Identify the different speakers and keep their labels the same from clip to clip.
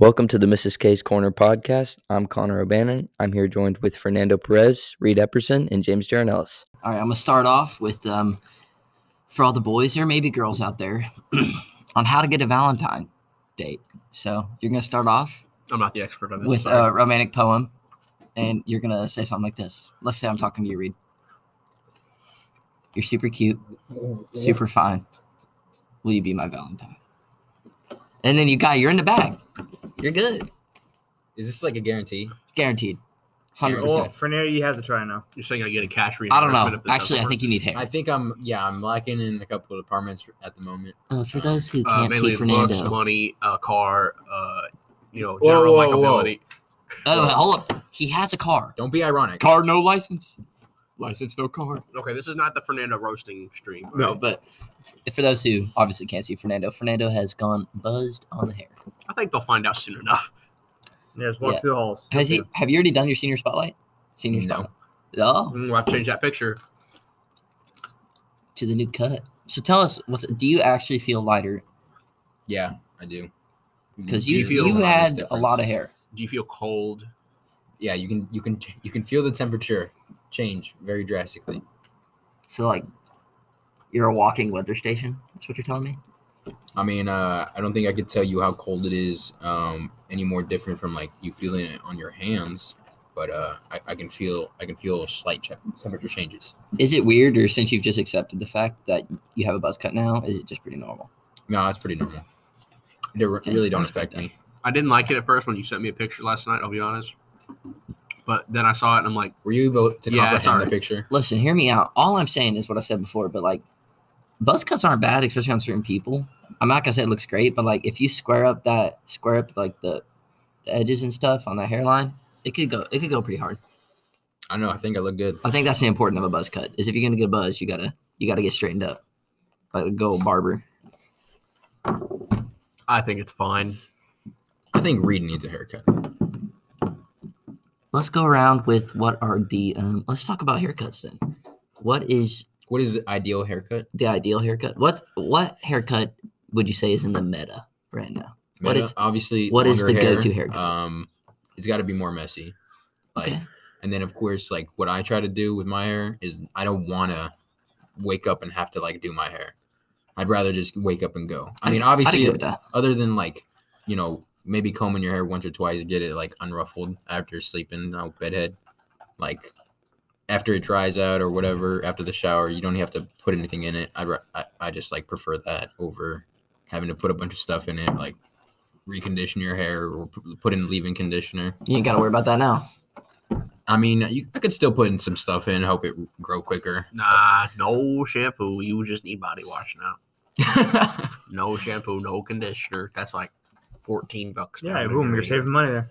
Speaker 1: Welcome to the Mrs. K's Corner podcast. I'm Connor O'Bannon. I'm here joined with Fernando Perez, Reed Epperson, and James Jaronellis.
Speaker 2: All right, I'm gonna start off with um, for all the boys or maybe girls out there on how to get a Valentine date. So you're gonna start off
Speaker 3: I'm not the expert on this.
Speaker 2: with uh,
Speaker 3: sorry.
Speaker 2: a romantic poem, and you're gonna say something like this. Let's say I'm talking to you, Reed. You're super cute, super fine. Will you be my Valentine? And then you got you're in the bag. You're good,
Speaker 4: Is this like a guarantee?
Speaker 2: guaranteed, hundred
Speaker 5: Well,
Speaker 2: percent.
Speaker 5: Fernando, you have to try now.
Speaker 3: you're saying I get a cash
Speaker 2: I don't
Speaker 3: reimbursement.
Speaker 2: know.
Speaker 3: if this
Speaker 2: Actually, I
Speaker 3: doesn't
Speaker 2: think you need hair.
Speaker 4: I think I'm yeah, I'm lacking in a couple of departments at the moment.
Speaker 2: Uh, for those who
Speaker 3: work. uh,
Speaker 2: can't
Speaker 3: mainly
Speaker 2: see Fernando,
Speaker 3: looks, money, uh, car, uh, you know,
Speaker 4: Whoa,
Speaker 3: general
Speaker 4: whoa,
Speaker 3: likability.
Speaker 2: oh, hold up, he has a car.
Speaker 4: Don't be ironic.
Speaker 2: Car, no license. License, no car.
Speaker 3: Okay, this is not the Fernando roasting stream.
Speaker 2: No, but f- for those who obviously can't see Fernando, Fernando has gone buzzed on the hair.
Speaker 3: I think they'll find out soon enough.
Speaker 5: Yeah, just walk
Speaker 2: Yeah.
Speaker 5: through the halls.
Speaker 2: Has he? Have you already done your senior spotlight? Senior
Speaker 4: No.
Speaker 2: spotlight. Oh,
Speaker 3: Mm, I've changed that picture.
Speaker 2: to the new cut. So tell us, what's, do you actually feel lighter?
Speaker 4: Yeah, I do.
Speaker 2: Because
Speaker 3: Do
Speaker 2: you
Speaker 3: you feel
Speaker 2: you
Speaker 3: the
Speaker 2: had
Speaker 4: notice
Speaker 2: a
Speaker 4: difference?
Speaker 2: lot of hair.
Speaker 3: Do you feel cold?
Speaker 4: yeah, you can you can you can feel the temperature change very drastically.
Speaker 2: So like, you're a walking weather station. That's what you're telling me.
Speaker 4: I mean, uh, I don't think I could tell you how cold it is um, any more different from like you feeling it on your hands, but uh, I, I can feel I can feel slight ch- temperature changes.
Speaker 2: Is it weird, or since you've just accepted the fact that you have a buzz cut now, is it just pretty normal?
Speaker 4: No, that's pretty normal. They re-
Speaker 2: Okay,
Speaker 4: really don't
Speaker 2: that's
Speaker 4: affect
Speaker 2: fine.
Speaker 4: me.
Speaker 3: I didn't like it at first when you sent me a picture last night. I'll be honest. But then I saw it and I'm like,
Speaker 4: Were you able to
Speaker 3: Yeah, it's
Speaker 4: comprehend
Speaker 3: alright.
Speaker 4: the picture?
Speaker 2: Listen, hear me out. All I'm saying is what I've said before, but like, buzz cuts aren't bad, especially on certain people. I'm not gonna say it looks great, but like, if you square up that square up like the, the edges and stuff on that hairline, it could go it could go pretty hard.
Speaker 4: I don't know. I think I look good.
Speaker 2: I think that's the important of a buzz cut is if you're gonna get a buzz, you gotta you gotta get straightened up. Like go barber.
Speaker 3: I think it's fine.
Speaker 4: I think Reed needs a haircut.
Speaker 2: Let's go around with what are the um, let's talk about haircuts then. What is
Speaker 4: What is the ideal haircut?
Speaker 2: the ideal haircut? What's what haircut would you say is in the meta right now? What
Speaker 4: Meta,
Speaker 2: is-
Speaker 4: obviously
Speaker 2: what is
Speaker 4: longer
Speaker 2: the
Speaker 4: hair,
Speaker 2: go-to haircut?
Speaker 4: Um, it's got to be more messy. Like,
Speaker 2: Okay.
Speaker 4: and then of course, like what I try to do with my hair is I don't want to wake up and have to like do my hair. I'd rather just wake up and go. I mean,
Speaker 2: I'd agree
Speaker 4: obviously,
Speaker 2: with that.
Speaker 4: other than like you know maybe combing your hair once or twice, get it like unruffled after sleeping out bedhead, like after it dries out or whatever after the shower, you don't have to put anything in it. I ra- I, I just like prefer that over having to put a bunch of stuff in it, like recondition your hair or p- put in leave-in conditioner.
Speaker 2: You ain't gotta worry about that now.
Speaker 4: I mean, you, I could still put in some stuff in, help it grow quicker.
Speaker 3: Nah, no shampoo. You just need body wash now.
Speaker 4: I
Speaker 3: No shampoo, no conditioner. That's like 14 bucks.
Speaker 5: Yeah,
Speaker 3: now.
Speaker 5: boom, you're saving money there.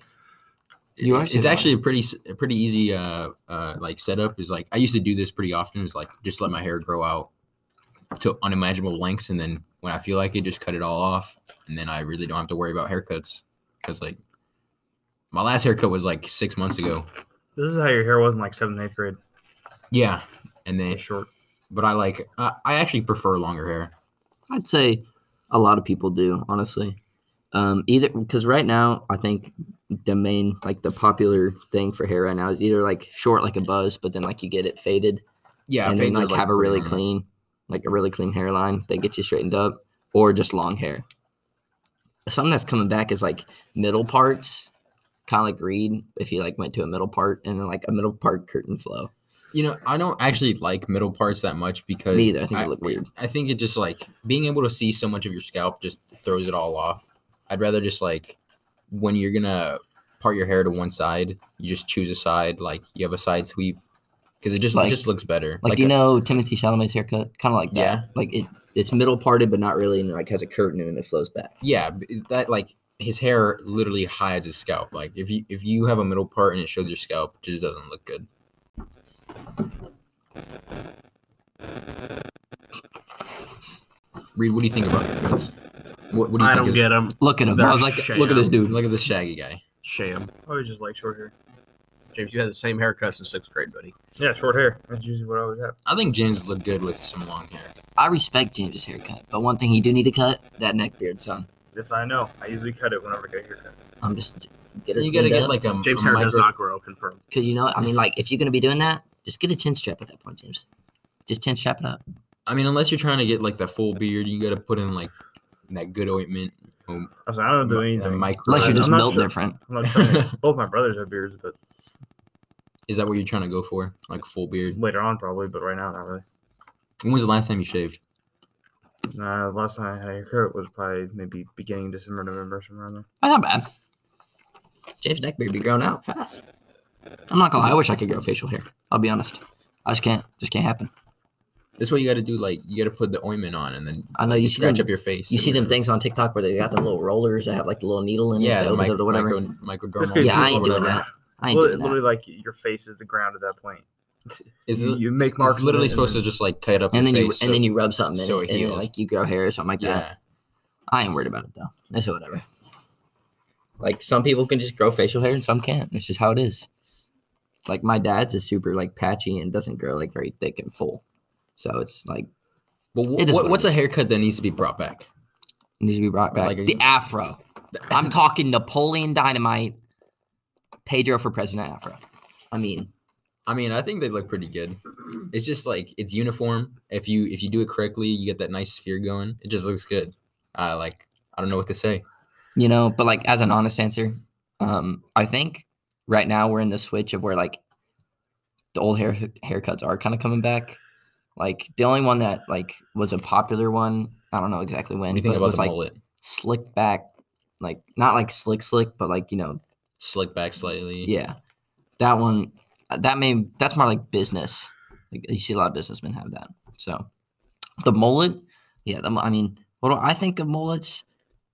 Speaker 2: You are
Speaker 4: It's
Speaker 2: saving
Speaker 4: actually a pretty s- a pretty easy uh uh like setup. Is like I used to do this pretty often. Is like just let my hair grow out to unimaginable lengths, and then when I feel like it, just cut it all off, and then I really don't have to worry about haircuts because like my last haircut was like six months ago.
Speaker 5: This is how your hair was in like seventh, eighth grade.
Speaker 4: Yeah, and then
Speaker 5: Short.
Speaker 4: but I like I, I actually prefer longer hair.
Speaker 2: I'd say a lot of people do, honestly. Um, either because right now I think the main like the popular thing for hair right now is either like short like a buzz, but then like you get it faded
Speaker 4: Yeah,
Speaker 2: and then
Speaker 4: fades are,
Speaker 2: like have a
Speaker 4: pretty
Speaker 2: really
Speaker 4: normal.
Speaker 2: clean like a really clean hairline that gets you straightened up, or just long hair. Something that's coming back is like middle parts, kind of like reed. If you like went to a middle part and then like a middle part curtain flow,
Speaker 4: You know, I don't actually like middle parts that much because
Speaker 2: Me either. I think they look weird.
Speaker 4: Uh, I think it just like being able to see so much of your scalp just throws it all off. I'd rather just like when you're gonna part your hair to one side, you just choose a side, like you have a side sweep, because it just
Speaker 2: Like-
Speaker 4: it just looks better.
Speaker 2: like,
Speaker 4: Like, uh,
Speaker 2: you
Speaker 4: a-
Speaker 2: know Timothy Chalamet's haircut, kind of like that.
Speaker 4: Yeah.
Speaker 2: Like it, it's middle parted, but not really, and it, like has a curtain and it flows back.
Speaker 4: yeah, b- that like his hair literally hides his scalp. Like if you if you have a middle part and it shows your scalp, it just doesn't look good. Reed, what do you think about your cuts? What, what do you
Speaker 3: I
Speaker 4: think
Speaker 3: don't
Speaker 4: is-
Speaker 3: get them.
Speaker 2: Look at him. I
Speaker 3: That's
Speaker 2: was like,
Speaker 3: shit.
Speaker 2: look at this dude.
Speaker 4: Look at this shaggy guy.
Speaker 3: Sham.
Speaker 5: I was just like short hair.
Speaker 3: James, you had the same haircut since sixth grade, buddy.
Speaker 5: Yeah, short hair. That's usually what I always have.
Speaker 4: I think James would look good with some long hair.
Speaker 2: I respect James's haircut, but one thing he do need to cut that neck beard, son.
Speaker 5: This I know. I usually cut it whenever I get a haircut.
Speaker 2: I'm just get her
Speaker 4: You gotta get
Speaker 2: like
Speaker 4: like a
Speaker 3: James
Speaker 4: a
Speaker 3: hair does
Speaker 4: micro-
Speaker 3: not grow. Confirmed.
Speaker 2: because you know I mean like if you're gonna be doing that, just get a chin strap at that point, James. Just chin strap it up.
Speaker 4: I mean, unless you're trying to get like the full beard, you gotta put in like that good ointment. Um,
Speaker 5: I was like, I don't do
Speaker 4: mi-
Speaker 5: anything.
Speaker 4: a micro-
Speaker 2: Unless you're
Speaker 5: I'm
Speaker 2: just
Speaker 5: not
Speaker 2: built
Speaker 5: sure.
Speaker 2: different.
Speaker 5: I'm not trying to- both my brothers have beards, but
Speaker 4: Is that what you're trying to go for? Like a full beard?
Speaker 5: later on probably. But right now, not really.
Speaker 4: When was the last time you shaved?
Speaker 5: Nah, the last time I had a haircut was probably maybe beginning December, November, somewhere around there.
Speaker 2: Oh, not bad. James Neckbeard be growing out fast. I'm not gonna lie, I wish I could grow facial hair. I'll be honest. I just can't. Just can't happen.
Speaker 4: That's what you gotta do. Like you gotta put the ointment on and then
Speaker 2: I know you see them,
Speaker 4: scratch up your face.
Speaker 2: you
Speaker 4: or
Speaker 2: see them
Speaker 4: whatever.
Speaker 2: things on TikTok where they got them little rollers that have like the little needle in
Speaker 4: Yeah,
Speaker 2: it, that
Speaker 4: the
Speaker 2: opens
Speaker 4: mic-
Speaker 2: it or whatever.
Speaker 4: micro, microdermal.
Speaker 5: good
Speaker 2: yeah, I
Speaker 5: people
Speaker 2: ain't
Speaker 5: or
Speaker 2: doing
Speaker 5: whatever.
Speaker 2: that. I ain't
Speaker 5: Lit-
Speaker 2: doing
Speaker 5: literally,
Speaker 2: that.
Speaker 5: like your face is the ground at that point.
Speaker 4: Is
Speaker 5: you,
Speaker 4: it,
Speaker 5: you make marks.
Speaker 4: it's literally supposed to just like cut up
Speaker 2: And
Speaker 4: your
Speaker 2: then you
Speaker 4: face,
Speaker 2: and then
Speaker 4: so-
Speaker 2: you rub something in
Speaker 4: so
Speaker 2: it,
Speaker 4: it
Speaker 2: and then
Speaker 4: heals.
Speaker 2: like you grow hair or something like that.
Speaker 4: yeah.
Speaker 2: I ain't worried about it though. It's whatever. Like some people can just grow facial hair and some can't. It's just how it is. Like my dad's is super like patchy and doesn't grow like very thick and full. So it's like
Speaker 4: But wh-
Speaker 2: It is
Speaker 4: what-
Speaker 2: what it
Speaker 4: what's a
Speaker 2: is.
Speaker 4: haircut that needs to be brought back?
Speaker 2: needs to be brought back.
Speaker 4: Like, are
Speaker 2: the
Speaker 4: you-
Speaker 2: afro. I'm talking Napoleon Dynamite, Pedro for president afro. I mean,
Speaker 4: I mean, I think they look pretty good. It's just like it's uniform. If you if you do it correctly, you get that nice sphere going. It just looks good. I like I don't know what to say.
Speaker 2: you know, but like as an honest answer, um, I think right now we're in the switch of where like the old hair haircuts are kind of coming back. Like the only one that like was a popular one, I don't know exactly
Speaker 4: What
Speaker 2: when,
Speaker 4: do you
Speaker 2: but
Speaker 4: think
Speaker 2: it
Speaker 4: about
Speaker 2: was
Speaker 4: the
Speaker 2: like
Speaker 4: mullet?
Speaker 2: slick back, like not like slick slick, but like you know,
Speaker 4: Slick back slightly.
Speaker 2: yeah, that one, uh, that may that's more like business. Like you see a lot of businessmen have that. So the mullet, yeah, the, mu- I mean, what do I think of mullets?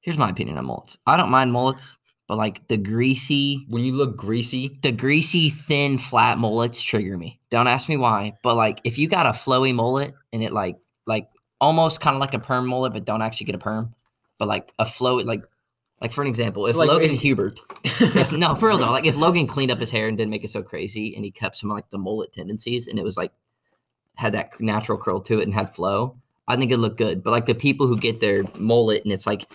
Speaker 2: Here's my opinion on mullets. I don't mind mullets, but like the greasy,
Speaker 4: When you look greasy,
Speaker 2: the greasy, thin, flat mullets trigger me. Don't ask me why, but like if you got a flowy mullet and it like like almost kind of like a perm mullet, but don't actually get a perm, but like a flowy like like for an example,
Speaker 4: So,
Speaker 2: if
Speaker 4: like,
Speaker 2: Logan
Speaker 4: if-
Speaker 2: Hubert, if, no for real though, like if Logan cleaned up his hair and didn't make it so crazy, and he kept some like the mullet tendencies, and it was like had that natural curl to it and had flow, I think it looked good. But like the people who get their mullet and it's like.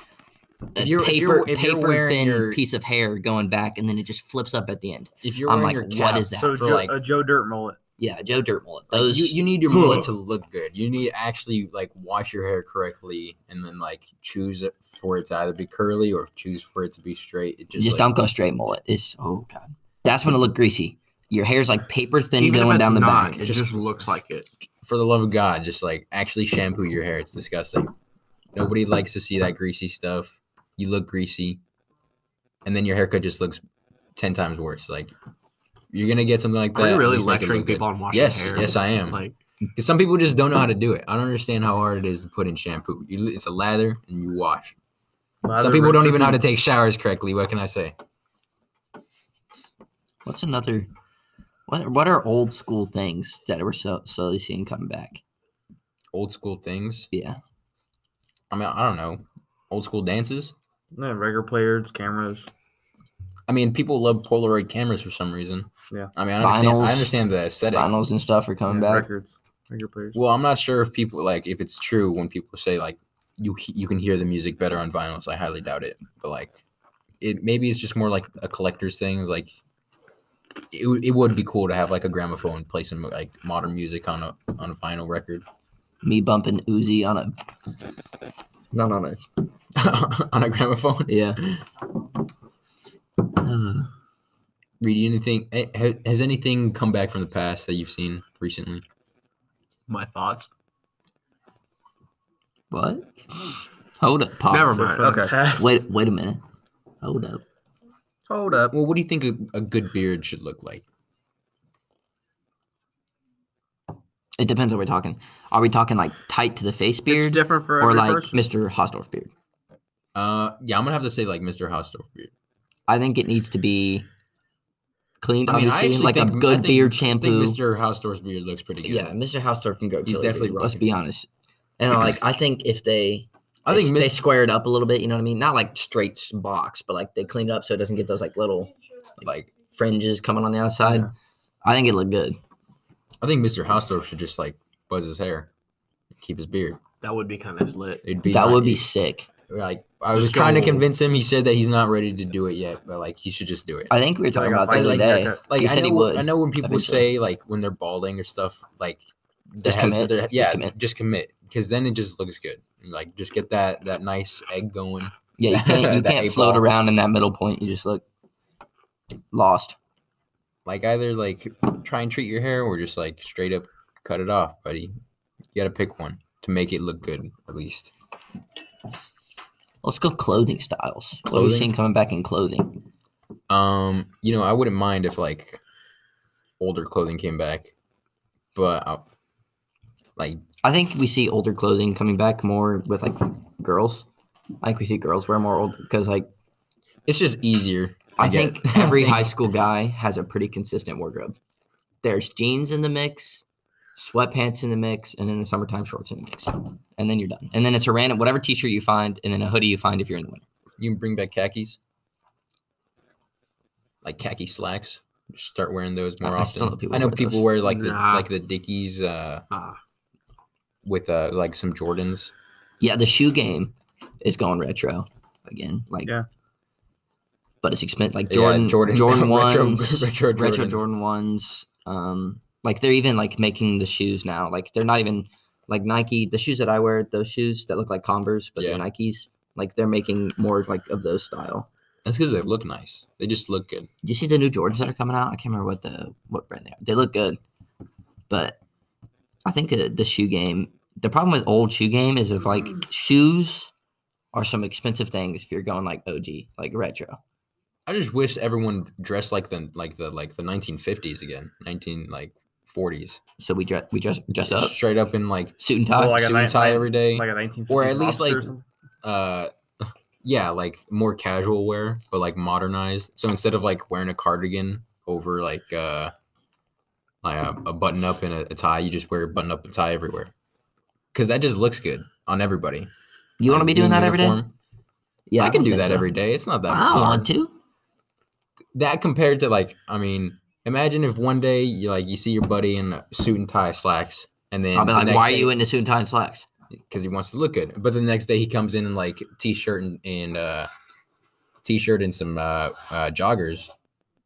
Speaker 2: A
Speaker 4: If you're- if
Speaker 2: paper,
Speaker 4: you're- if you're
Speaker 2: paper
Speaker 4: wearing
Speaker 2: thin
Speaker 4: your-
Speaker 2: piece of hair going back, and then it just flips up at the end.
Speaker 4: if you're
Speaker 2: I'm
Speaker 4: wearing
Speaker 2: like,
Speaker 4: your cap,
Speaker 2: what is that?
Speaker 5: So
Speaker 4: for,
Speaker 5: Joe,
Speaker 4: like-
Speaker 5: a Joe Dirt mullet.
Speaker 2: yeah, Joe Dirt mullet.
Speaker 4: like,
Speaker 2: Those
Speaker 4: you, you need your mullet to look good. You need to actually like wash your hair correctly and then like choose it for it to either be curly or choose for it to be straight. It
Speaker 2: just,
Speaker 4: just, like,
Speaker 2: don't go straight mullet. It's oh god, that's when it looked greasy. Your hair's like paper thin
Speaker 3: Even if
Speaker 2: going
Speaker 3: it's
Speaker 2: down the
Speaker 3: not,
Speaker 2: back.
Speaker 3: It
Speaker 4: Just-
Speaker 3: just looks like it.
Speaker 4: for the love of God, just like actually shampoo your hair. It's disgusting. Nobody likes to see that greasy stuff. You look greasy, and then your haircut just looks ten times worse. Like you're gonna get something like that.
Speaker 3: Are you
Speaker 4: at
Speaker 3: really
Speaker 4: least make it
Speaker 3: lecturing
Speaker 4: look good.
Speaker 3: people on washing
Speaker 4: Yes,
Speaker 3: hair?
Speaker 4: yes, I am.
Speaker 3: Like,
Speaker 4: 'Cause some people just don't know how to do it. I don't understand how hard it is to put in shampoo. You, it's a lather and you wash.
Speaker 5: Lather
Speaker 4: some people don't
Speaker 5: rich-
Speaker 4: even know how to take showers correctly. What can I say?
Speaker 2: What's another? What what are old school things that we're so slowly seeing come back?
Speaker 4: Old school things.
Speaker 2: Yeah,
Speaker 4: I mean, I don't know. Old school dances.
Speaker 5: Yeah, regular players, cameras.
Speaker 4: I mean, people love Polaroid cameras for some reason.
Speaker 5: Yeah.
Speaker 4: I mean, I understand.
Speaker 2: Vinyls.
Speaker 4: I understand the aesthetic.
Speaker 2: vinyls and stuff are coming
Speaker 5: yeah,
Speaker 2: back.
Speaker 5: records. Regular players.
Speaker 4: Well, I'm not sure if people like if it's true when people say like you he- you can hear the music better on vinyls. I highly doubt it, but like it maybe it's just more like a collector's thing. Is like it, would- it would be cool to have like a gramophone play some like modern music on a on a vinyl record
Speaker 2: Me bumping Uzi on a. Not on a.
Speaker 4: on a gramophone.
Speaker 2: Yeah. Uh,
Speaker 4: Reed, you anything eh, ha- has anything come back from the past that you've seen recently?
Speaker 3: my thoughts.
Speaker 2: what? Hold up, pause.
Speaker 3: Never
Speaker 5: So
Speaker 3: mind,
Speaker 5: from the
Speaker 3: okay.
Speaker 5: past-
Speaker 2: Wait wait a minute. Hold up.
Speaker 3: Hold up.
Speaker 4: Well, what do you think a, a good beard should look like?
Speaker 2: It depends what we're talking. Are we talking like tight to the face
Speaker 3: It's
Speaker 2: beard?
Speaker 3: different for
Speaker 2: or
Speaker 3: every
Speaker 2: like
Speaker 3: person.
Speaker 2: Mr. Hosdorf beard.
Speaker 4: Uh, yeah, I'm gonna have to say like Mr. Hausdorff beard.
Speaker 2: I think it needs to be cleaned.
Speaker 4: I mean, I
Speaker 2: obviously,
Speaker 4: actually
Speaker 2: like a
Speaker 4: think- I
Speaker 2: good
Speaker 4: think-
Speaker 2: beard
Speaker 4: I think
Speaker 2: shampoo.
Speaker 4: Mr. Hausdorff's beard looks pretty good.
Speaker 2: yeah, Mr. Hosdorf can go.
Speaker 4: He's
Speaker 2: killer
Speaker 4: definitely
Speaker 2: beard, Let's
Speaker 4: rocking
Speaker 2: be honest. And like, I think if they,
Speaker 4: I think
Speaker 2: they
Speaker 4: Mr.
Speaker 2: squared up a little bit. You know what I mean? Not like straight s- box, but like they cleaned it up so it doesn't get those like little
Speaker 4: like
Speaker 2: fringes coming on the outside.
Speaker 5: Yeah.
Speaker 2: I think it looked good.
Speaker 4: I think Mr. Hausdorff should just like buzz his hair, keep his beard.
Speaker 3: That would be kind of lit.
Speaker 4: It'd be
Speaker 2: that
Speaker 4: ni-
Speaker 2: would be sick.
Speaker 4: like I was
Speaker 3: Just
Speaker 4: trying to
Speaker 3: go-
Speaker 4: convince him. He said that he's not ready to do it yet, but like he should just do it.
Speaker 2: I think we were talking about the other
Speaker 4: like
Speaker 2: day.
Speaker 5: that.
Speaker 4: Like
Speaker 2: He
Speaker 4: I
Speaker 2: said
Speaker 4: know,
Speaker 2: he would,
Speaker 4: I know when people
Speaker 2: eventually.
Speaker 4: say like when they're balding or stuff, like that
Speaker 2: Just
Speaker 4: has-
Speaker 2: commit,
Speaker 4: they're-
Speaker 2: just
Speaker 4: yeah,
Speaker 2: commit.
Speaker 4: because then it just looks good. Like just get that that nice egg going.
Speaker 2: Yeah, you can't you
Speaker 4: That
Speaker 2: can't
Speaker 4: eight
Speaker 2: float
Speaker 4: ball.
Speaker 2: around in that middle point. You just look lost.
Speaker 4: Like either like try and treat your hair or just like straight up cut it off, buddy. You gotta pick one to make it look good at least.
Speaker 2: Let's go clothing styles. What are we
Speaker 4: Clothing?
Speaker 2: seeing coming back in clothing?
Speaker 4: Um, you know, I wouldn't mind if like older clothing came back, but I, like
Speaker 2: I think we see older clothing coming back more with like girls. I think we see girls wear more old because like
Speaker 4: it's just easier.
Speaker 2: I,
Speaker 4: get-
Speaker 2: think every high school guy has a pretty consistent wardrobe. There's jeans in the mix, sweatpants in the mix, and then the summertime shorts in the mix. And then you're done. And then it's a random whatever t-shirt you find, and then a hoodie you find if you're in the winter.
Speaker 4: You can bring back khakis, like khaki slacks. Just start wearing those more
Speaker 2: I- I
Speaker 4: often.
Speaker 2: still know people
Speaker 4: I know
Speaker 2: wear
Speaker 4: people
Speaker 2: those.
Speaker 4: wear like the
Speaker 3: Nah.
Speaker 4: like the Dickies uh,
Speaker 3: Ah,
Speaker 4: with uh, like some Jordans.
Speaker 2: Yeah, the shoe game is going retro again. Like,
Speaker 5: Yeah.
Speaker 2: but it's expensive. Like
Speaker 4: Yeah,
Speaker 2: Jordan, Jordan,
Speaker 4: Jordan-
Speaker 2: Jordan
Speaker 4: retro-
Speaker 2: ones, retro,
Speaker 4: retro Jordans.
Speaker 2: Jordan ones. Um, like they're even like making the shoes now. Like they're not even like Nike. The shoes that I wear, those shoes that look like Converse, but they're
Speaker 4: Yeah.
Speaker 2: Nikes. Like they're making more like of those style.
Speaker 4: That's because they look nice. They just look good.
Speaker 2: Do you see the new Jordans that are coming out? I can't remember what the what brand they are. They look good, but I think the, the shoe game. The problem with old shoe game is if like shoes are some expensive things if you're going like OG, like retro.
Speaker 4: I just wish everyone dressed like the like the like the 1950s again, 19 like 40s,
Speaker 2: So we dress we dress dress up,
Speaker 4: straight up in like
Speaker 2: suit and tie.
Speaker 5: Well, like a
Speaker 4: suit
Speaker 5: nine-
Speaker 4: and tie
Speaker 5: nine-
Speaker 4: every day.
Speaker 5: Like a 1950s
Speaker 4: Or at least,
Speaker 5: roster
Speaker 4: like,
Speaker 5: or something?
Speaker 4: uh yeah like more casual wear but like modernized so instead of like wearing a cardigan over like uh like a, a button up and a, a tie you just wear a button up and tie everywhere because that just looks good on everybody
Speaker 2: you want to be doing that every day?
Speaker 4: yeah i, can
Speaker 2: don't
Speaker 4: do
Speaker 2: think
Speaker 4: that
Speaker 2: so.
Speaker 4: every day it's not that
Speaker 2: I don't
Speaker 4: hard.
Speaker 2: want to.
Speaker 4: that compared to like i mean imagine if one day you like you see your buddy in a suit and tie slacks and then
Speaker 2: I'll be like, why are you in the suit and tie and slacks?
Speaker 4: because he wants to look good. But the next day he comes in in like t-shirt and, and uh t-shirt and some uh, uh joggers.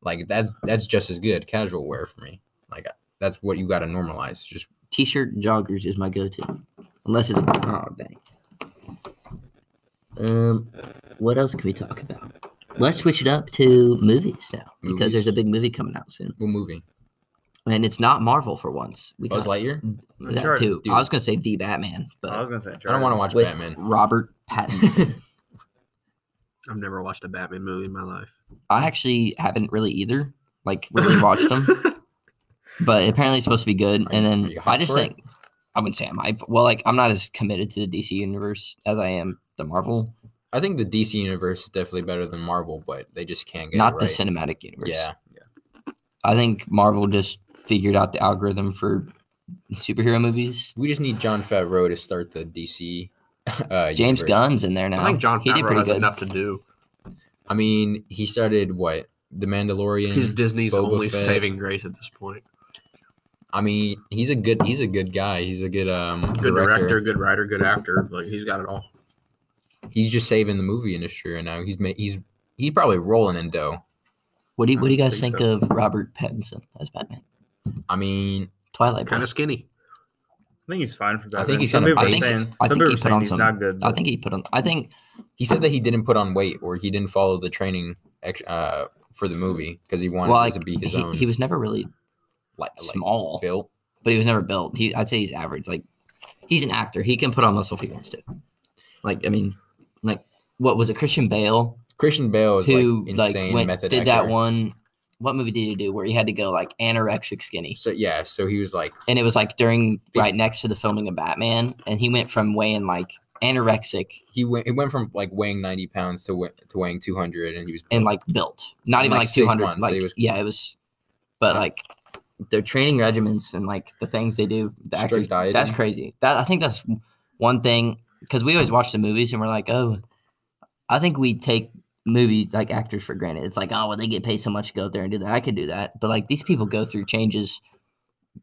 Speaker 4: Like that's that's just as good casual wear for me. Like that's what you got to normalize. Just
Speaker 2: T-shirt joggers is my go-to, unless it's oh dang. Um, what else can we talk about? Let's switch it up to movies now because
Speaker 4: Movies.
Speaker 2: there's a big movie coming out soon,
Speaker 4: what movie?
Speaker 2: and it's not Marvel for once. We got
Speaker 4: Buzz Lightyear.
Speaker 2: that
Speaker 5: Uncharted,
Speaker 2: too.
Speaker 4: dude.
Speaker 2: I was gonna say the Batman,
Speaker 5: I was
Speaker 2: but
Speaker 5: gonna say.
Speaker 4: I don't want to watch
Speaker 2: with
Speaker 4: Batman.
Speaker 2: Robert Pattinson.
Speaker 3: I've never watched a Batman movie in my life.
Speaker 2: I actually haven't really either, like really watched them, but apparently it's supposed to be good.
Speaker 4: Are you-
Speaker 2: And
Speaker 4: are
Speaker 2: then
Speaker 4: you
Speaker 2: I
Speaker 4: hyped
Speaker 2: just
Speaker 4: for it?
Speaker 2: think I wouldn't say I'm hyped. Well, like I'm not as committed to the DC universe as I am the Marvel,
Speaker 4: I think the DC universe is definitely better than Marvel, but they just can't get
Speaker 2: not
Speaker 4: it
Speaker 2: the
Speaker 4: right.
Speaker 2: cinematic universe.
Speaker 4: Yeah,
Speaker 2: I think Marvel just figured out the algorithm for superhero movies.
Speaker 4: we just need John Favreau to start the DC. Uh,
Speaker 2: James
Speaker 4: universe.
Speaker 2: Gunn's in there now.
Speaker 3: I think John
Speaker 2: he did
Speaker 3: Favreau
Speaker 2: pretty
Speaker 3: has
Speaker 2: good.
Speaker 3: enough to do.
Speaker 4: I mean, he started what the Mandalorian.
Speaker 3: He's Disney's
Speaker 4: Boba
Speaker 3: only
Speaker 4: Fett.
Speaker 3: saving grace at this point.
Speaker 4: I mean, he's a good he's a good guy. He's a good um
Speaker 3: Good director, good writer, good actor. Like he's got it all.
Speaker 4: He's just saving the movie industry right now. He's ma- he's he's probably rolling in dough.
Speaker 2: What do you, what do you
Speaker 3: I
Speaker 2: guys think
Speaker 3: think so.
Speaker 2: of Robert Pattinson as Batman?
Speaker 4: I mean,
Speaker 2: Twilight.
Speaker 3: Kind
Speaker 2: Boy.
Speaker 3: of skinny.
Speaker 5: I think he's fine for that.
Speaker 4: I think he's
Speaker 5: some
Speaker 4: gonna
Speaker 5: people
Speaker 2: base-
Speaker 5: are saying,
Speaker 2: I
Speaker 5: some
Speaker 2: think he
Speaker 5: people are
Speaker 2: put
Speaker 5: saying
Speaker 2: on
Speaker 5: he's
Speaker 2: some-
Speaker 5: not good.
Speaker 2: I
Speaker 5: but
Speaker 2: think he put on. I think
Speaker 4: he said that he didn't put on weight or he didn't follow the training ex- uh for the movie because he wanted
Speaker 2: well,
Speaker 4: it
Speaker 2: like,
Speaker 4: to be his
Speaker 2: he,
Speaker 4: own
Speaker 2: he was never really
Speaker 4: like, like
Speaker 2: small.
Speaker 4: built.
Speaker 2: but he was never built. He, I'd say he's average. Like, he's an actor. He can put on muscle if he wants to. Like, I mean, like, what was it? Christian Bale,
Speaker 4: Christian Bale is
Speaker 2: who
Speaker 4: like
Speaker 2: like,
Speaker 4: insane
Speaker 2: went,
Speaker 4: method
Speaker 2: did that
Speaker 4: actor.
Speaker 2: one. What movie did he do where he had to go like anorexic skinny?
Speaker 4: So yeah, so he was like
Speaker 2: And it was like during
Speaker 4: Fif-
Speaker 2: right next to the filming of Batman, and he went from weighing like anorexic
Speaker 4: he went it went from like weighing ninety pounds to we- to weighing two hundred and he was
Speaker 2: and like built, not
Speaker 4: In,
Speaker 2: even
Speaker 4: like,
Speaker 2: like
Speaker 4: six
Speaker 2: two hundred.
Speaker 4: months,
Speaker 2: Like,
Speaker 4: he was-
Speaker 2: yeah, it was, but like their training regimens and like the things they do, the
Speaker 4: Strict
Speaker 2: actors,
Speaker 4: dieting.
Speaker 2: that's crazy. That I think that's one thing because we always watch the movies and we're like, oh, I think we take movies like actors for granted. It's like, oh, well, they get paid so much to go out there and do that. I could do that, but like these people go through changes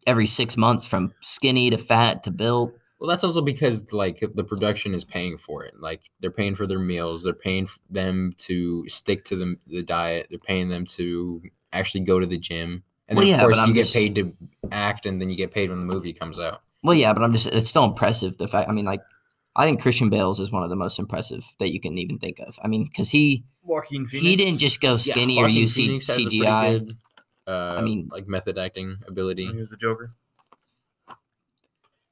Speaker 2: every six months from skinny to fat to built.
Speaker 4: Well, that's also because like the production is paying for it. Like they're paying for their meals, they're paying f- them to stick to the, the diet, they're paying them to actually go to the gym, and
Speaker 2: Well, yeah,
Speaker 4: then of course
Speaker 2: but
Speaker 4: you
Speaker 2: I'm
Speaker 4: get
Speaker 2: just-
Speaker 4: paid to act, and then you get paid when the movie comes out.
Speaker 2: Well, yeah, but I'm just, it's still impressive. The fact, I mean, like, I think Christian Bales is one of the most impressive that you can even think of. I mean, because he,
Speaker 5: Joaquin
Speaker 2: he didn't just go skinny or
Speaker 4: Joaquin
Speaker 2: use C-
Speaker 4: Phoenix has a pretty
Speaker 2: CGI.
Speaker 4: good, uh,
Speaker 2: I
Speaker 4: I
Speaker 2: mean-
Speaker 4: mean, like method acting ability.
Speaker 5: He was the Joker.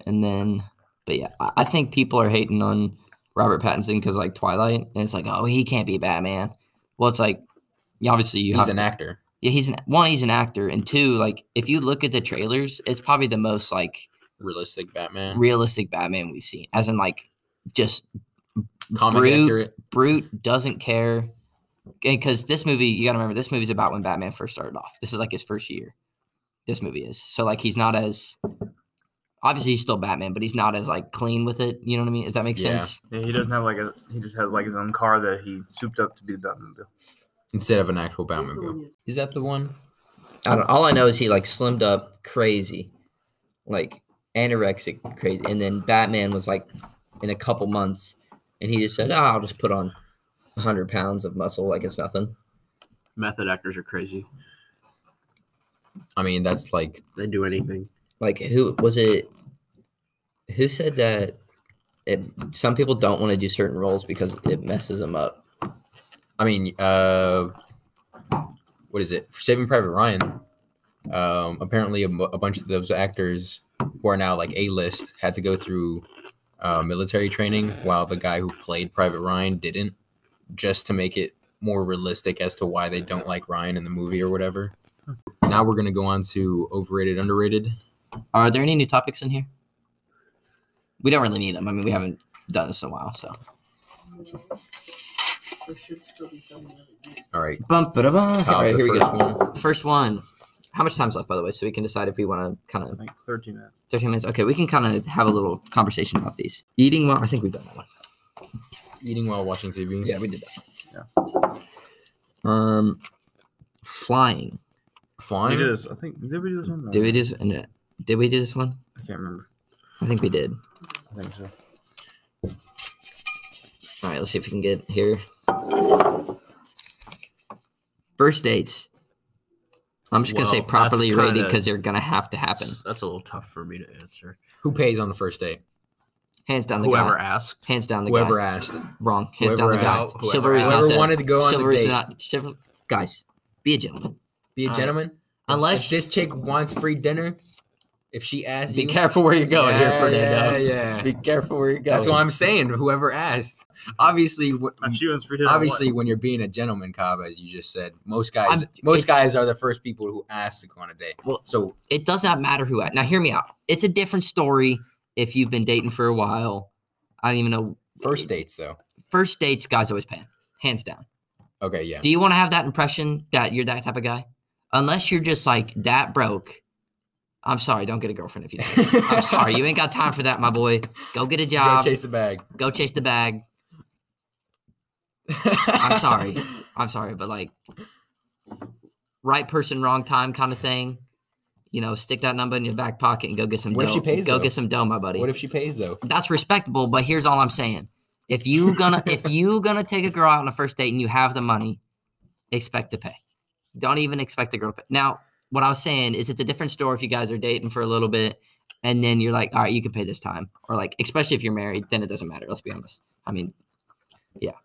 Speaker 2: And then, but yeah, I I think people are hating on Robert Pattinson because like Twilight, and it's like, oh, he can't be Batman. Well, it's like, yeah, obviously you
Speaker 4: He's
Speaker 2: have
Speaker 4: an
Speaker 2: to-
Speaker 4: actor.
Speaker 2: yeah, he's an one, he's an actor, and two, like if you look at the trailers, it's probably the most like
Speaker 4: Realistic Batman.
Speaker 2: realistic Batman we've seen, as in like just
Speaker 4: Comic
Speaker 2: brute-
Speaker 4: accurate.
Speaker 2: brute doesn't care because this movie you got to remember this movie's about when batman first started off this is like his first year this movie is so like he's not as obviously he's still batman but he's not as like clean with it you know what i mean if that makes
Speaker 4: Yeah.
Speaker 2: sense
Speaker 5: Yeah, he doesn't have like a. He just has like his own car that he souped up to be the Batmobile.
Speaker 4: instead of an actual Batmobile. Is that the one?
Speaker 1: I don't-
Speaker 2: all i know is he like slimmed up crazy
Speaker 1: like anorexic crazy and then batman was like in a couple months and he just said oh, i'll just put on 100 pounds of muscle like it's nothing
Speaker 3: Method actors are crazy.
Speaker 4: I mean, that's like
Speaker 3: They do anything.
Speaker 1: like who was it who said that it, some people don't want to do certain roles because it messes them up
Speaker 4: I mean, uh, what is it? For Saving Private Ryan. Um, apparently, a, bu- a bunch of those actors who are now like A list had to go through uh, military training, while the guy who played Private Ryan didn't, just to make it more realistic as to why they don't like Ryan in the movie or whatever.
Speaker 2: Hmm.
Speaker 4: Now we're gonna go on to overrated, underrated.
Speaker 2: are there any new topics in here we don't really need them i mean we haven't done this in a while so
Speaker 4: All right,
Speaker 2: bum, ba-da-bum.
Speaker 4: Kyle,
Speaker 2: all right
Speaker 4: the
Speaker 2: here we
Speaker 4: first
Speaker 2: go
Speaker 4: one.
Speaker 2: first one how much time's left by the way so we can decide if we want to kind of
Speaker 5: Like thirteen minutes.
Speaker 2: 13 minutes. Okay, we can kind of have a little conversation about these. Eating well, I think we've done that one.
Speaker 4: Eating while watching TV.
Speaker 2: Yeah, we did that. Yeah. Um, flying.
Speaker 5: We
Speaker 4: flying.
Speaker 5: did this. I think did we do this one? No,
Speaker 2: Did we do this? no, Did we do this one?
Speaker 5: I can't remember.
Speaker 2: I think we did.
Speaker 5: I think so.
Speaker 2: All right, let's see if we can get here. First dates. I'm just gonna say
Speaker 3: Well, that's
Speaker 2: properly rated
Speaker 3: kinda-
Speaker 2: because they're gonna have to happen.
Speaker 3: That's a little tough for me to answer.
Speaker 4: Who pays on the first date?
Speaker 2: Hands down the
Speaker 3: Whoever
Speaker 2: guy.
Speaker 3: asked.
Speaker 2: Hands down the
Speaker 4: Whoever
Speaker 2: guy.
Speaker 4: asked.
Speaker 2: Wrong. Hands down
Speaker 4: whoever
Speaker 2: the guy.
Speaker 3: asked- whoever
Speaker 2: Silver is not
Speaker 4: Whoever
Speaker 2: dead.
Speaker 4: wanted to go on
Speaker 2: Silver
Speaker 4: the
Speaker 2: is
Speaker 4: date,
Speaker 2: not. Silver, guys, be a gentleman.
Speaker 4: be
Speaker 2: All
Speaker 4: a
Speaker 2: right.
Speaker 4: gentleman.
Speaker 2: Unless
Speaker 4: if this chick wants free dinner, if she asks
Speaker 2: Be
Speaker 4: you,
Speaker 2: careful where you're going
Speaker 4: yeah,
Speaker 2: here, Fernando.
Speaker 4: Yeah, yeah.
Speaker 2: Be careful where you're going.
Speaker 4: That's what I'm saying. Whoever asked, obviously, wh-
Speaker 2: Hmm.
Speaker 5: And she was free to
Speaker 4: obviously, when you're being a gentleman, Cobb, as you just said, most guys,
Speaker 2: I'm-
Speaker 4: most
Speaker 2: it-
Speaker 4: guys are the first people who ask to go on a date.
Speaker 2: Well-
Speaker 4: so
Speaker 2: It does not matter who. I, now, hear me out. It's a different story if you've been dating for a while. I don't even know.
Speaker 4: first dates, though.
Speaker 2: First dates, guys always pay, hands down.
Speaker 4: Okay, yeah.
Speaker 2: Do you want to have that impression that you're that type of guy? Unless you're just like that broke. I'm sorry, don't get a girlfriend if you. Don't. I'm sorry, you ain't got time for that, my boy. Go get a
Speaker 4: Go
Speaker 2: job.
Speaker 4: chase the bag.
Speaker 2: go chase the bag.
Speaker 4: I'm
Speaker 2: sorry. I'm sorry, but like right person, wrong time kind of thing. You know, stick that number in your back pocket and go get some
Speaker 4: What
Speaker 2: dough.
Speaker 4: if she pays,
Speaker 2: go
Speaker 4: though?
Speaker 2: get some dough, my buddy.
Speaker 4: What if she pays though?
Speaker 2: That's respectable, but here's all I'm saying. If you gonna if you gonna take a girl out on a first date and you have the money, expect to pay. Don't even expect the girl to pay. Now, what I was saying is it's a different story if you guys are dating for a little bit and then you're like, all right, you can pay this time. Or like, especially if you're married, then it doesn't matter. Let's be honest. I mean, yeah.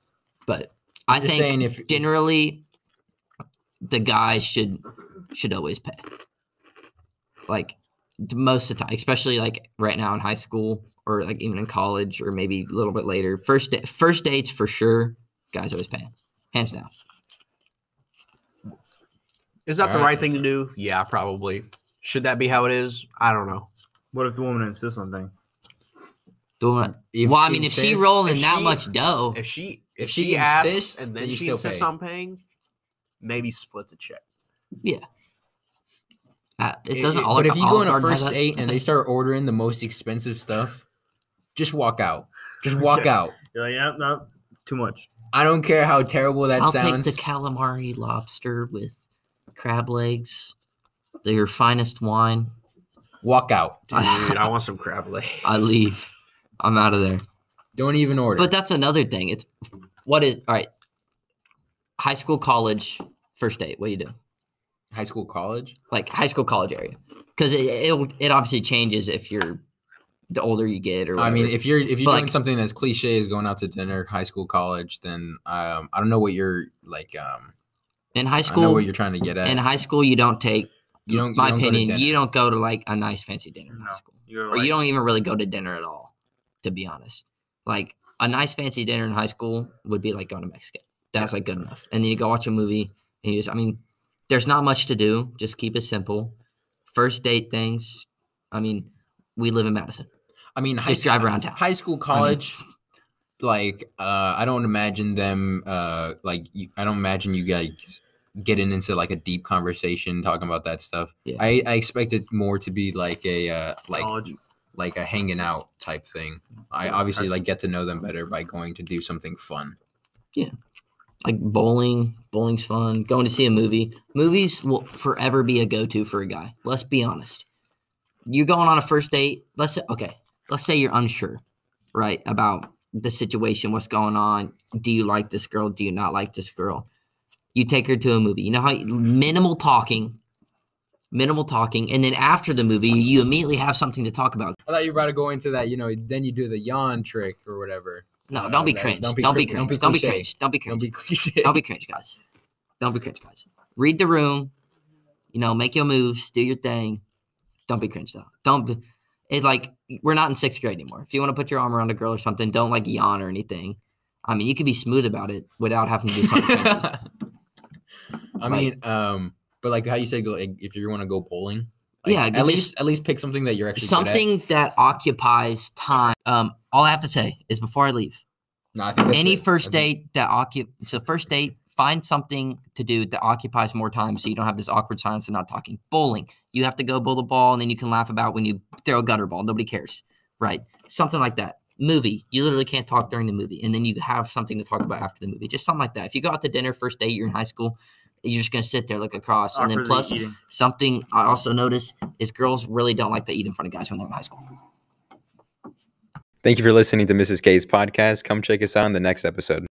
Speaker 2: But I
Speaker 4: I'm just
Speaker 2: think
Speaker 4: saying if, if-
Speaker 2: generally the guy should should always pay like d- most of the time especially like right now in high school or like even in college or maybe a little bit later first da- first dates for sure guys always paying hands down
Speaker 3: Is that the
Speaker 4: Alright.
Speaker 3: right thing to do? Yeah, probably. Should that be how it is? I don't know.
Speaker 5: What if the woman insists on things?
Speaker 2: doing it
Speaker 4: if
Speaker 2: well i mean if she
Speaker 4: insists-
Speaker 2: rolling
Speaker 3: if
Speaker 2: that
Speaker 3: she-
Speaker 2: much dough
Speaker 3: If she
Speaker 4: If
Speaker 3: if,
Speaker 4: she
Speaker 3: she, asks
Speaker 4: insists,
Speaker 3: and
Speaker 4: then
Speaker 3: then
Speaker 4: you
Speaker 3: she
Speaker 4: still
Speaker 3: insists
Speaker 4: pay.
Speaker 3: on paying, maybe split the check.
Speaker 2: uh, it doesn't
Speaker 4: it-
Speaker 2: all
Speaker 4: But if you go on a
Speaker 2: Olive Garden has
Speaker 4: first
Speaker 2: that
Speaker 4: date and they
Speaker 2: thing.
Speaker 4: start ordering the most expensive stuff, just walk out. Just walk
Speaker 5: Yeah.
Speaker 4: out.
Speaker 5: You're like, yeah, no, too much.
Speaker 4: I don't care how terrible that
Speaker 2: i'll
Speaker 4: sounds.
Speaker 2: take the calamari lobster with crab legs your finest wine
Speaker 4: walk out.
Speaker 3: Dude, I want some crab legs.
Speaker 2: i leave
Speaker 1: I'm out of there.
Speaker 4: Don't even order.
Speaker 2: But that's another thing. It's what is all right. High school, college, first date. What do you do?
Speaker 4: High school, college.
Speaker 2: Like high school, college area, because it it'll, it obviously changes if you're the older you get or.
Speaker 4: I mean,
Speaker 2: whatever.
Speaker 4: if you're if you're
Speaker 2: But,
Speaker 4: doing
Speaker 2: like-
Speaker 4: something as cliche as going out to dinner, high school, college, then um, I don't know what you're like. Um,
Speaker 2: in high
Speaker 4: I know
Speaker 2: school,
Speaker 4: what you're trying to get at.
Speaker 2: in high school, you don't take.
Speaker 4: you don't.
Speaker 2: my
Speaker 4: you don't go to
Speaker 2: opinion,
Speaker 4: dinner.
Speaker 2: you don't go to like a nice fancy dinner in
Speaker 5: No.
Speaker 2: high school,
Speaker 5: You're
Speaker 2: or you don't even really go to dinner at all. To be honest, like a nice fancy dinner in high school would be like going to Mexican. That's like good enough, and then you go watch a movie. And you just, I mean, there's not much to do. Just keep it simple. First date things. I mean, we live in Madison.
Speaker 4: I mean, high
Speaker 2: Just
Speaker 4: school,
Speaker 2: drive around town.
Speaker 4: high school, college. Like, uh, I don't imagine them. Uh, like, you, I don't imagine you guys getting into like a deep conversation talking about that stuff.
Speaker 2: Yeah.
Speaker 4: I, I expect it more to be like a uh, like
Speaker 3: College.
Speaker 4: like a hanging out type thing. I obviously like get to know them better by going to do something fun.
Speaker 2: like bowling. Bowling's fun. Going to see a movie. Movies will forever be a go-to for a guy. Let's be honest. You're going on a first date. Let's say, okay. Let's say you're unsure, right, about the situation, what's going on. Do you like this girl? Do you not like this girl? You take her to a movie. You know how you- minimal talking, minimal talking, and then after the movie, you immediately have something to talk about.
Speaker 4: I thought you were about to go into that. You know, then you do the yawn trick or whatever.
Speaker 2: No,
Speaker 4: Uh,
Speaker 2: don't be
Speaker 4: that-
Speaker 2: cringe.
Speaker 4: don't
Speaker 2: Don't
Speaker 4: be
Speaker 2: be
Speaker 4: cringe.
Speaker 2: cringe.
Speaker 4: Don't be
Speaker 2: Don't be cringe.
Speaker 4: cliche.
Speaker 2: Don't be cringe.
Speaker 4: Don't be cliche.
Speaker 2: Don't be cringe, guys. Don't be cringe, guys. Read the room. You know, make your moves, do your thing. Don't be cringe though. Don't be. It like we're not in sixth grade anymore. If you want to put your arm around a girl or something, don't like yawn or anything. I mean, you can be smooth about it without having to do something. cringy.
Speaker 4: I mean, um, but like how you said, like, if you want to go bowling, like,
Speaker 2: Yeah,
Speaker 4: at
Speaker 2: at
Speaker 4: least at least pick something that you're actually Good
Speaker 2: something that occupies time. Um, all I have to say is before I leave,
Speaker 4: at. No, I think that's
Speaker 2: any
Speaker 4: it. I
Speaker 2: first
Speaker 4: think-
Speaker 2: date that occup so first date find something to do that occupies more time so you don't have this awkward silence of not talking bowling you have to go bowl the ball and then you can laugh about when you throw a gutter ball nobody cares right something like that movie you literally can't talk during the movie and then you have something to talk about after the movie just something like that if you go out to dinner first date you're in high school you're just going to sit there look across and then
Speaker 5: awkwardly
Speaker 2: plus
Speaker 5: eating.
Speaker 2: something i also notice is girls really don't like to eat in front of guys when they're in high school
Speaker 6: Thank you for listening to Mrs. K's podcast. Come check us out in the next episode.